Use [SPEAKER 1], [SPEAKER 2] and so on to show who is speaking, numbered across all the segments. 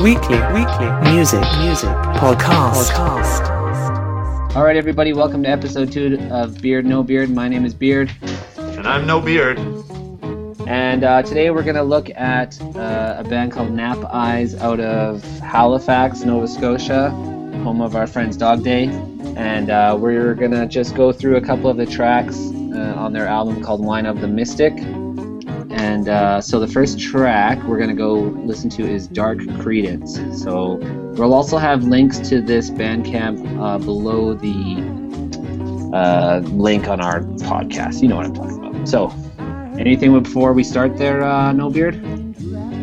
[SPEAKER 1] weekly, weekly music, music podcast. podcast.
[SPEAKER 2] All right, everybody, welcome to episode two of Beard No Beard. My name is Beard,
[SPEAKER 3] And I'm no beard.
[SPEAKER 2] and uh, today we're going to look at uh, a band called Nap Eyes out of Halifax, Nova Scotia, home of our friends Dog Day. And uh, we're going to just go through a couple of the tracks uh, on their album called Wine of the Mystic. And uh, so the first track we're going to go listen to is Dark Credence. So we'll also have links to this Bandcamp uh, below the uh, link on our podcast. You know what I'm talking about. So, anything before we start there, uh, No Beard?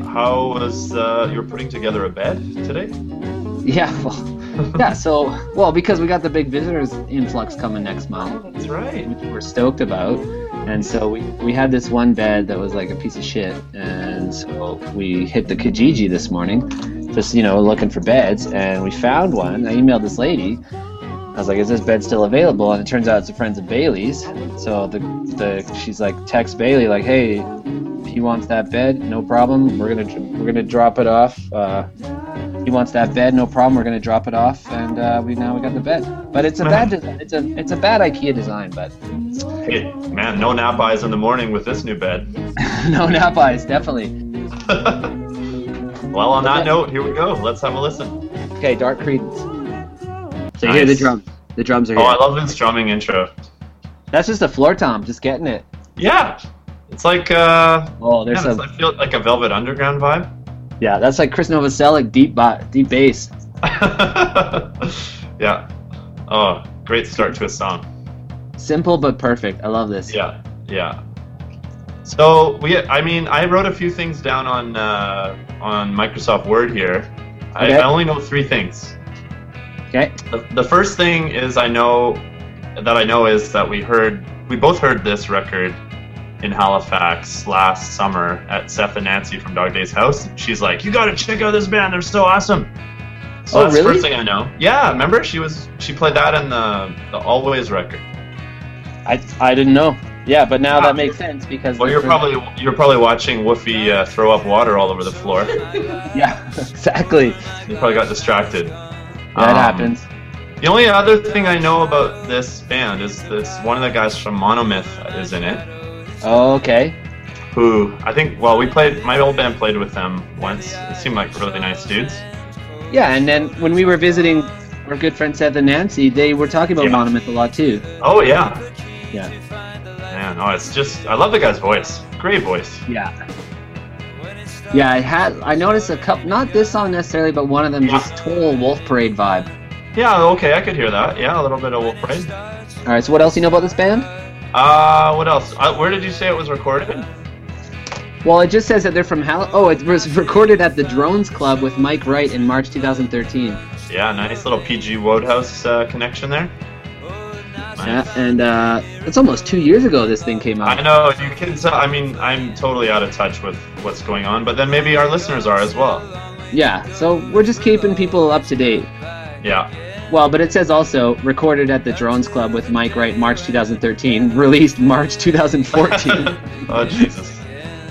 [SPEAKER 3] How was uh, you're putting together a bed today?
[SPEAKER 2] Yeah, well, yeah. So, well, because we got the big visitors influx coming next month,
[SPEAKER 3] That's right.
[SPEAKER 2] which we're stoked about, and so we we had this one bed that was like a piece of shit, and so we hit the Kijiji this morning, just you know looking for beds, and we found one. I emailed this lady. I was like, "Is this bed still available?" And it turns out it's a friends of Bailey's. So the the she's like, text Bailey like, "Hey, he wants that bed, no problem. We're gonna we're gonna drop it off. Uh, he wants that bed, no problem. We're gonna drop it off, and uh, we now we got the bed. But it's a bad design. It's a it's a bad IKEA design, but
[SPEAKER 3] Hey, man, no nap eyes in the morning with this new bed.
[SPEAKER 2] no nap eyes definitely.
[SPEAKER 3] well, on that note, here we go. Let's have a listen.
[SPEAKER 2] Okay, dark credence. So you hear the
[SPEAKER 3] Nice.
[SPEAKER 2] drums. The drums are
[SPEAKER 3] Oh,
[SPEAKER 2] here.
[SPEAKER 3] I love this drumming intro.
[SPEAKER 2] That's just a floor tom, just getting it.
[SPEAKER 3] Yeah, it's like uh,
[SPEAKER 2] Oh,
[SPEAKER 3] man,
[SPEAKER 2] there's
[SPEAKER 3] it's,
[SPEAKER 2] some.
[SPEAKER 3] I feel like a Velvet Underground vibe.
[SPEAKER 2] Yeah, that's like Chris Novoselic deep bo- deep bass.
[SPEAKER 3] yeah. Oh, great start to a song.
[SPEAKER 2] Simple but perfect. I love this.
[SPEAKER 3] Yeah, yeah. So we, I mean, I wrote a few things down on uh, on Microsoft Word here. I,
[SPEAKER 2] Okay.
[SPEAKER 3] I only know three things.
[SPEAKER 2] Okay.
[SPEAKER 3] The, the first thing is I know that I know is that we heard we both heard this record in Halifax last summer at Seth and Nancy from Dog Day's house. She's like, "You got to check out this band. They're so awesome." So
[SPEAKER 2] Oh,
[SPEAKER 3] that's the
[SPEAKER 2] really?
[SPEAKER 3] first thing I know. Yeah, remember she was she played that in the the Always record.
[SPEAKER 2] I I didn't know. Yeah, but now
[SPEAKER 3] Ah.
[SPEAKER 2] that makes sense because.
[SPEAKER 3] Well,
[SPEAKER 2] the
[SPEAKER 3] you're
[SPEAKER 2] first-
[SPEAKER 3] probably you're probably watching Woofy uh, throw up water all over the floor.
[SPEAKER 2] Yeah, exactly.
[SPEAKER 3] You probably got distracted.
[SPEAKER 2] That
[SPEAKER 3] Um,
[SPEAKER 2] happens.
[SPEAKER 3] The only other thing I know about this band is this one of the guys from Monomyth is in it.
[SPEAKER 2] Okay.
[SPEAKER 3] Who I think well we played my old band played with them once. It seemed like really nice dudes.
[SPEAKER 2] Yeah, and then when we were visiting our good friend Seth and Nancy, they were talking about
[SPEAKER 3] Yeah.
[SPEAKER 2] Monomyth a lot too.
[SPEAKER 3] Oh yeah,
[SPEAKER 2] Yeah.
[SPEAKER 3] yeah. No, it's just I love the guy's voice. Great voice.
[SPEAKER 2] Yeah. Yeah, I had I noticed a couple not this song necessarily, but one of them
[SPEAKER 3] Yeah.
[SPEAKER 2] just total Wolf Parade vibe.
[SPEAKER 3] Yeah, okay, I could hear that. Yeah, a little bit of Wolf Parade.
[SPEAKER 2] Alright, so what else you know about this band?
[SPEAKER 3] Uh, what else? Uh, where did you say it was recorded?
[SPEAKER 2] Well, it just says that they're from Hal. Oh, it was recorded at the Drones Club with Mike Wright in March 2013.
[SPEAKER 3] Yeah, nice little PG Wodehouse uh, connection there.
[SPEAKER 2] Yeah, and uh, it's almost two years ago this thing came
[SPEAKER 3] I
[SPEAKER 2] out.
[SPEAKER 3] know you can tell. I mean, I'm totally out of touch with what's going on, but then maybe our listeners are as well.
[SPEAKER 2] Yeah, so we're just keeping people up to date.
[SPEAKER 3] Yeah,
[SPEAKER 2] Well, but it says also recorded at the Drones Club with Mike Wright, March 2013, released March 2014.
[SPEAKER 3] oh Jesus,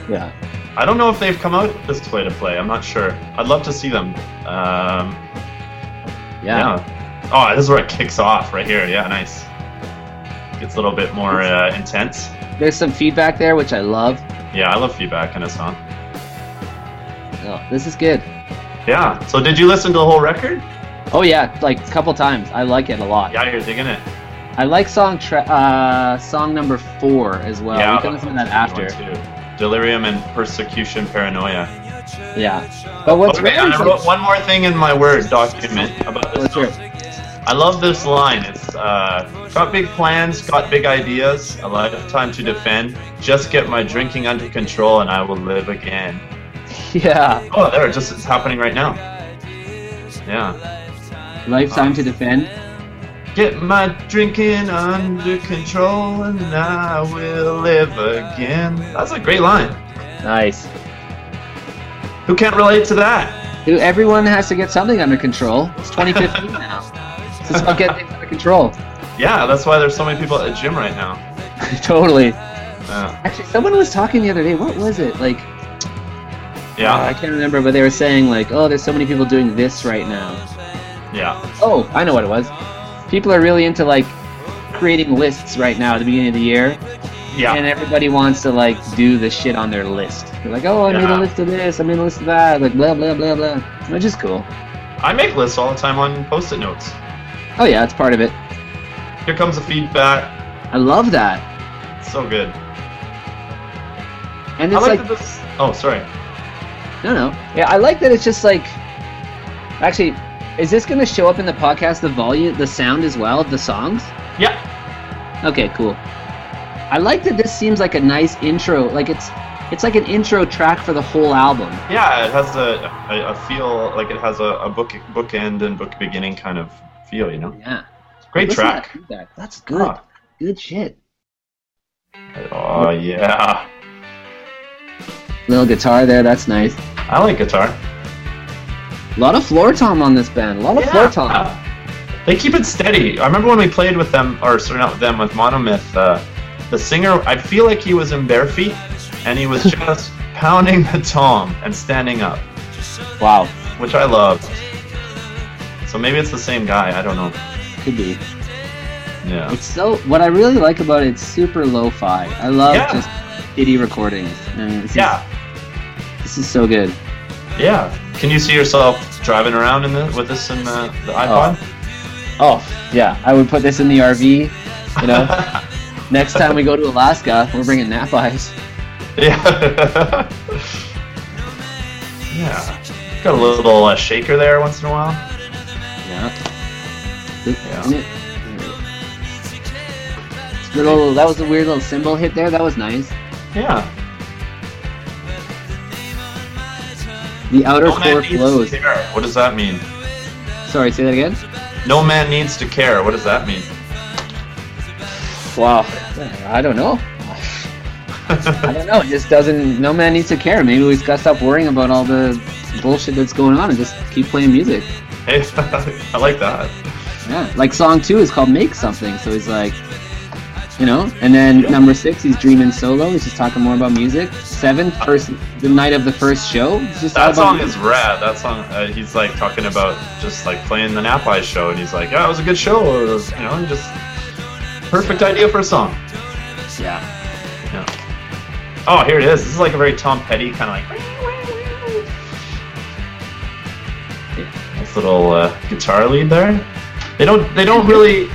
[SPEAKER 2] yeah.
[SPEAKER 3] I don't know if they've come out this way to play. I'm not sure. I'd love to see them. Um,
[SPEAKER 2] yeah,
[SPEAKER 3] yeah. Oh, this is where it kicks off right here. Yeah, nice. Gets a little bit more uh, intense.
[SPEAKER 2] There's some feedback there, which I love.
[SPEAKER 3] Yeah, I love feedback in a song.
[SPEAKER 2] Oh, this is good.
[SPEAKER 3] Yeah. So did you listen to the whole record?
[SPEAKER 2] Oh yeah, like a couple times. I like it a lot.
[SPEAKER 3] Yeah, you're digging it.
[SPEAKER 2] I like song tra- uh, song number four as well.
[SPEAKER 3] yeah,
[SPEAKER 2] we can listen to that
[SPEAKER 3] that's a
[SPEAKER 2] after.
[SPEAKER 3] good one, too. Delirium and persecution paranoia.
[SPEAKER 2] Yeah. But what's
[SPEAKER 3] okay,
[SPEAKER 2] great
[SPEAKER 3] and
[SPEAKER 2] is,
[SPEAKER 3] I
[SPEAKER 2] like-
[SPEAKER 3] wrote one more thing in my Word document about this
[SPEAKER 2] Let's hear
[SPEAKER 3] song.
[SPEAKER 2] it.
[SPEAKER 3] I love this line. It's uh, got big plans, got big ideas, a lifetime to defend. Just get my drinking under control, and I will live again.
[SPEAKER 2] Yeah.
[SPEAKER 3] Oh, there, it just it's happening right now. Yeah.
[SPEAKER 2] Lifetime to defend.
[SPEAKER 3] Get my drinking under control, and I will live again. That's a great line.
[SPEAKER 2] Nice.
[SPEAKER 3] Who can't relate to that?
[SPEAKER 2] Dude, everyone has to get something under control. It's 2015 now. It's just about getting things under control.
[SPEAKER 3] Yeah, that's why there's so many people at the gym right now. Uh,
[SPEAKER 2] totally.
[SPEAKER 3] Yeah.
[SPEAKER 2] Actually, someone was talking the other day. What was it? Like,
[SPEAKER 3] Yeah.
[SPEAKER 2] Uh, I can't remember, but they were saying like, "Oh, there's so many people doing this right now."
[SPEAKER 3] yeah.
[SPEAKER 2] Oh, I know what it was. People are really into like creating lists right now at the beginning of the year, and
[SPEAKER 3] Yeah.
[SPEAKER 2] everybody wants to like do the shit on their list. They're like, "Oh, I made
[SPEAKER 3] Yeah.
[SPEAKER 2] a list of this. I made a list of that." Like blah blah blah blah, which is cool.
[SPEAKER 3] I make lists all the time on post-it notes.
[SPEAKER 2] Oh yeah, it's part of it.
[SPEAKER 3] Here comes the feedback.
[SPEAKER 2] I love that,
[SPEAKER 3] So good.
[SPEAKER 2] and
[SPEAKER 3] I
[SPEAKER 2] it's
[SPEAKER 3] like,
[SPEAKER 2] like
[SPEAKER 3] that this. Oh, sorry.
[SPEAKER 2] No, no. Yeah, I like that it's just like. Actually, is this going to show up in the podcast? The volume, the sound as well of the songs.
[SPEAKER 3] Yeah.
[SPEAKER 2] Okay, cool. I like that this seems like a nice intro. Like it's, it's like an intro track for the whole album.
[SPEAKER 3] Yeah. It has a, a, a feel like it has a, a book bookend and book beginning kind of feel. You know.
[SPEAKER 2] Yeah.
[SPEAKER 3] Great
[SPEAKER 2] Listen to that
[SPEAKER 3] track.
[SPEAKER 2] feedback. That's good.
[SPEAKER 3] Ah.
[SPEAKER 2] Good shit.
[SPEAKER 3] Oh yeah.
[SPEAKER 2] Little guitar there. That's nice.
[SPEAKER 3] I like guitar.
[SPEAKER 2] A lot of floor tom on this band. A lot of floor tom.
[SPEAKER 3] Uh, They keep it steady. I remember when we played with them, or sorry, not with them, with Monomyth. Uh, the singer, I feel like he was in bare feet, and he was just pounding the tom and standing up,
[SPEAKER 2] Wow.
[SPEAKER 3] which I loved. So maybe it's the same guy. I don't know.
[SPEAKER 2] Could be.
[SPEAKER 3] Yeah.
[SPEAKER 2] It's so. What I really like about it, it's super lo-fi. I love
[SPEAKER 3] Yeah.
[SPEAKER 2] just shitty recordings. And this is-
[SPEAKER 3] Yeah.
[SPEAKER 2] this is so good.
[SPEAKER 3] Yeah. Can you see yourself driving around in the, with this in the, the iPod?
[SPEAKER 2] Oh, yeah. I would put this in the RV. You know, next time we go to Alaska, we're bringing nap eyes.
[SPEAKER 3] yeah. yeah. Got a little uh, shaker there once in a while.
[SPEAKER 2] Yeah.
[SPEAKER 3] Yeah.
[SPEAKER 2] Isn't it- Little, that was a weird little cymbal hit there. That was nice.
[SPEAKER 3] Yeah.
[SPEAKER 2] The outer
[SPEAKER 3] No Oh, man
[SPEAKER 2] core
[SPEAKER 3] needs
[SPEAKER 2] flows.
[SPEAKER 3] to care. What does that mean?
[SPEAKER 2] Sorry, say that again.
[SPEAKER 3] No man needs to care. What does that mean?
[SPEAKER 2] Wow. I don't know. I don't know. It just doesn't. No man needs to care. Maybe we just gotta stop worrying about all the bullshit that's going on and just keep playing music.
[SPEAKER 3] hey, I like that.
[SPEAKER 2] Yeah, like song two is called "Make Something," so he's like, you know. And then
[SPEAKER 3] Yeah.
[SPEAKER 2] number six, he's dreaming solo. He's just talking more about music. Seven, first the night of the first show. It's just all
[SPEAKER 3] That
[SPEAKER 2] about
[SPEAKER 3] song
[SPEAKER 2] music.
[SPEAKER 3] is rad. That song, uh, he's like talking about just like playing the Napeyes show, and he's like, "Yeah, it was a good show. It was, you know, just perfect idea for a song."
[SPEAKER 2] yeah,
[SPEAKER 3] Yeah. Oh, here it is. This is like a very Tom Petty kind of like. Nice little uh, guitar lead there. They don't. They don't really.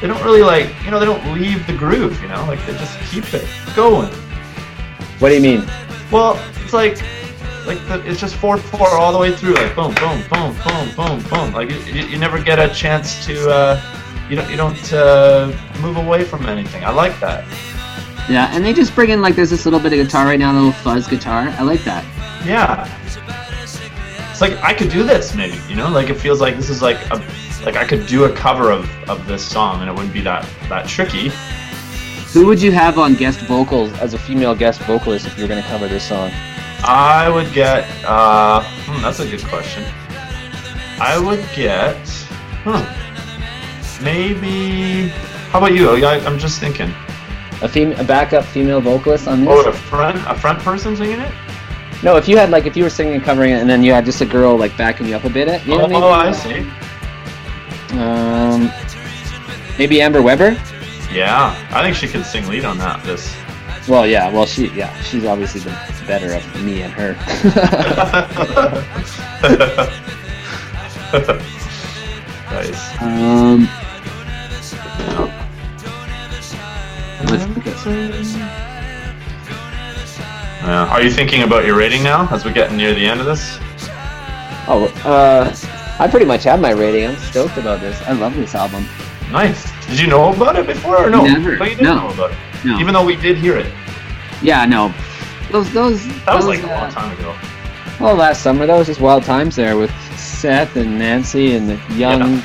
[SPEAKER 3] They don't really like. You know, they don't leave the groove. You know, like they just keep it going.
[SPEAKER 2] What do you mean?
[SPEAKER 3] Well, it's like. Like the, it's just four four all the way through. Like boom boom boom boom boom boom. Like you- you, you never get a chance to. Uh, you don't you don't uh, move away from anything. I like that.
[SPEAKER 2] Yeah, and they just bring in like there's this little bit of guitar right now, a little fuzz guitar. I like that.
[SPEAKER 3] Yeah. It's like I could do this maybe, you know? Like it feels like this is like a like I could do a cover of, of this song and it wouldn't be that that tricky.
[SPEAKER 2] Who would you have on guest vocals as a female guest vocalist if you were gonna cover this song?
[SPEAKER 3] I would get uh hmm, that's a good question. I would get huh. Maybe how about you? I, I'm just thinking.
[SPEAKER 2] A fem- a backup female vocalist on
[SPEAKER 3] Oh, a front a front person singing it?
[SPEAKER 2] No, if you had like if you were singing and covering it, and then you had just a girl like backing you up a bit. At, you know,
[SPEAKER 3] oh,
[SPEAKER 2] maybe,
[SPEAKER 3] I see.
[SPEAKER 2] Um, maybe Amber Weber.
[SPEAKER 3] Yeah, I think she could sing lead on that. This.
[SPEAKER 2] Well, yeah. Well, she, yeah, she's obviously the better of me and her.
[SPEAKER 3] nice.
[SPEAKER 2] um, let's think of-
[SPEAKER 3] Yeah. Uh, Are you thinking about your rating now as we're getting near the end of this?
[SPEAKER 2] oh, uh, I pretty much have my rating. I'm stoked about this. I love this album.
[SPEAKER 3] Nice. Did you know about it before or no?
[SPEAKER 2] Never.
[SPEAKER 3] No, you didn't
[SPEAKER 2] No.
[SPEAKER 3] know about it.
[SPEAKER 2] No,
[SPEAKER 3] Even though we did hear it.
[SPEAKER 2] yeah, no. Those, those.
[SPEAKER 3] That was
[SPEAKER 2] those,
[SPEAKER 3] like a
[SPEAKER 2] uh,
[SPEAKER 3] long time ago.
[SPEAKER 2] Well, last summer that was just wild times there with Seth and Nancy and the young.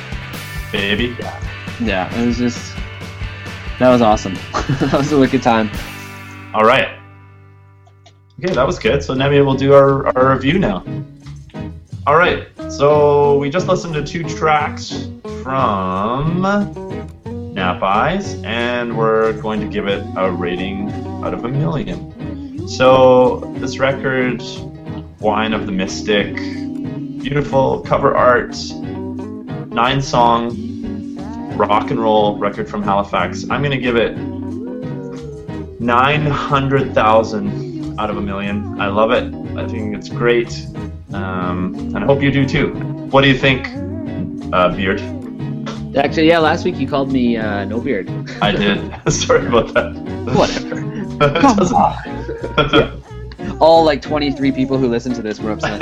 [SPEAKER 3] Baby.
[SPEAKER 2] Yeah, it was just. That was awesome. that was a wicked time.
[SPEAKER 3] All right. Okay, that was good. So now maybe we'll do our, our review now. All right. So we just listened to two tracks from Nap Eyes, and we're going to give it a rating out of a million. So this record Wine of the Mystic, beautiful cover art, nine song rock and roll record from Halifax. I'm gonna give it 900,000 out of a million. I love it. I think it's great. Um, and I hope you do too. What do you think, uh, Beard?
[SPEAKER 2] Actually, yeah, last week you called me uh, No Beard.
[SPEAKER 3] I did. Sorry about that.
[SPEAKER 2] Whatever.
[SPEAKER 3] It
[SPEAKER 2] Come
[SPEAKER 3] doesn't-
[SPEAKER 2] All like 23 people who listen to this were upset.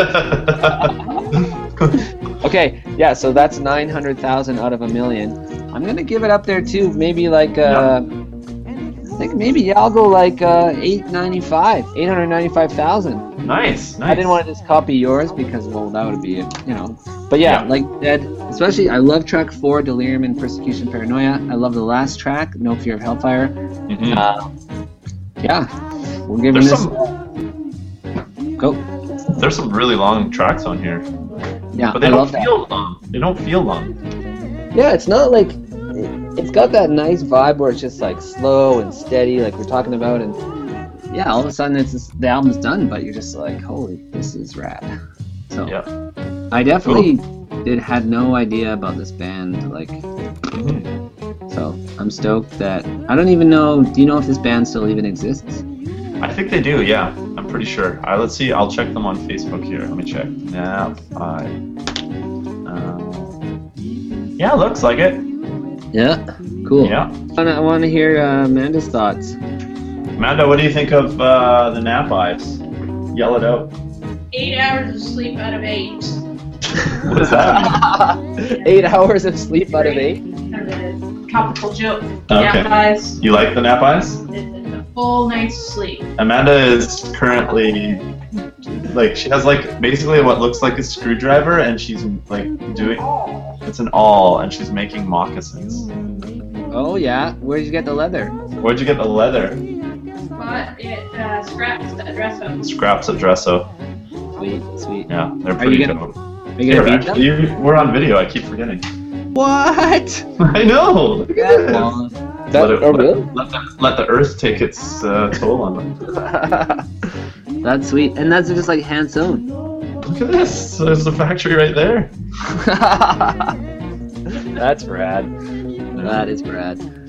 [SPEAKER 2] okay, yeah, so that's 900,000 out of a million. I'm going to give it up there too. Maybe like, uh, I think maybe yeah, I'll go like uh, 895, 895,000.
[SPEAKER 3] nice, nice.
[SPEAKER 2] I didn't want to just copy yours because well that would be it, you know. But yeah,
[SPEAKER 3] Yeah.
[SPEAKER 2] like Dead, especially I love track four, Delirium and Persecution Paranoia. I love the last track, No Fear of Hellfire.
[SPEAKER 3] Mhm.
[SPEAKER 2] Uh, yeah, we're giving
[SPEAKER 3] There's
[SPEAKER 2] this.
[SPEAKER 3] some-
[SPEAKER 2] Go.
[SPEAKER 3] There's some really long tracks on here,
[SPEAKER 2] Yeah,
[SPEAKER 3] but they
[SPEAKER 2] I
[SPEAKER 3] don't
[SPEAKER 2] love that.
[SPEAKER 3] feel long. They don't feel long.
[SPEAKER 2] Yeah, it's not like it's got that nice vibe where it's just like slow and steady, like we're talking about, and yeah, all of a sudden it's just, the album's done, but you're just like, holy, this is rad. So
[SPEAKER 3] Yeah.
[SPEAKER 2] I definitely did had no idea about this band, like
[SPEAKER 3] Mhm.
[SPEAKER 2] so I'm stoked that I don't even know. Do you know if this band still even exists?
[SPEAKER 3] I think they do. Yeah, I'm pretty sure. I let's see. I'll check them on Facebook here. Let me check. Nap I. Um, yeah, looks like it.
[SPEAKER 2] Yeah. Cool.
[SPEAKER 3] Yeah.
[SPEAKER 2] I wanna- I want to hear uh, Amanda's thoughts.
[SPEAKER 3] Amanda, what do you think of uh, the nap eyes? Yell it out.
[SPEAKER 4] Eight hours of sleep out of eight.
[SPEAKER 3] What is that?
[SPEAKER 2] Eight hours of sleep out of eight.
[SPEAKER 4] Kind of a topical joke.
[SPEAKER 3] Okay.
[SPEAKER 4] Yeah, guys,
[SPEAKER 3] you like the nap eyes?
[SPEAKER 4] it's a full night's sleep.
[SPEAKER 3] Amanda is currently like she has like basically what looks like a screwdriver, and she's like doing it's an awl, and she's making moccasins.
[SPEAKER 2] Oh yeah. Where did you get the leather?
[SPEAKER 3] Where'd you get the leather?
[SPEAKER 4] But it uh, scraps the dress up.
[SPEAKER 3] Scraps of dresso.
[SPEAKER 2] Sweet, sweet.
[SPEAKER 3] Yeah, they're
[SPEAKER 2] you
[SPEAKER 3] pretty
[SPEAKER 2] gonna-
[SPEAKER 3] dope.
[SPEAKER 2] Are you gonna
[SPEAKER 3] Here,
[SPEAKER 2] beat
[SPEAKER 3] actually, you- we're on video. I keep forgetting.
[SPEAKER 2] them? What?
[SPEAKER 3] I know. Look at
[SPEAKER 2] That
[SPEAKER 3] this.
[SPEAKER 2] long.
[SPEAKER 3] Let,
[SPEAKER 2] That,
[SPEAKER 3] it,
[SPEAKER 2] oh,
[SPEAKER 3] let,
[SPEAKER 2] really?
[SPEAKER 3] let the, let the earth take its uh, toll on them.
[SPEAKER 2] that's sweet. And that's just like hand sewn.
[SPEAKER 3] Look at this. There's the factory right there.
[SPEAKER 2] that's rad. That is rad.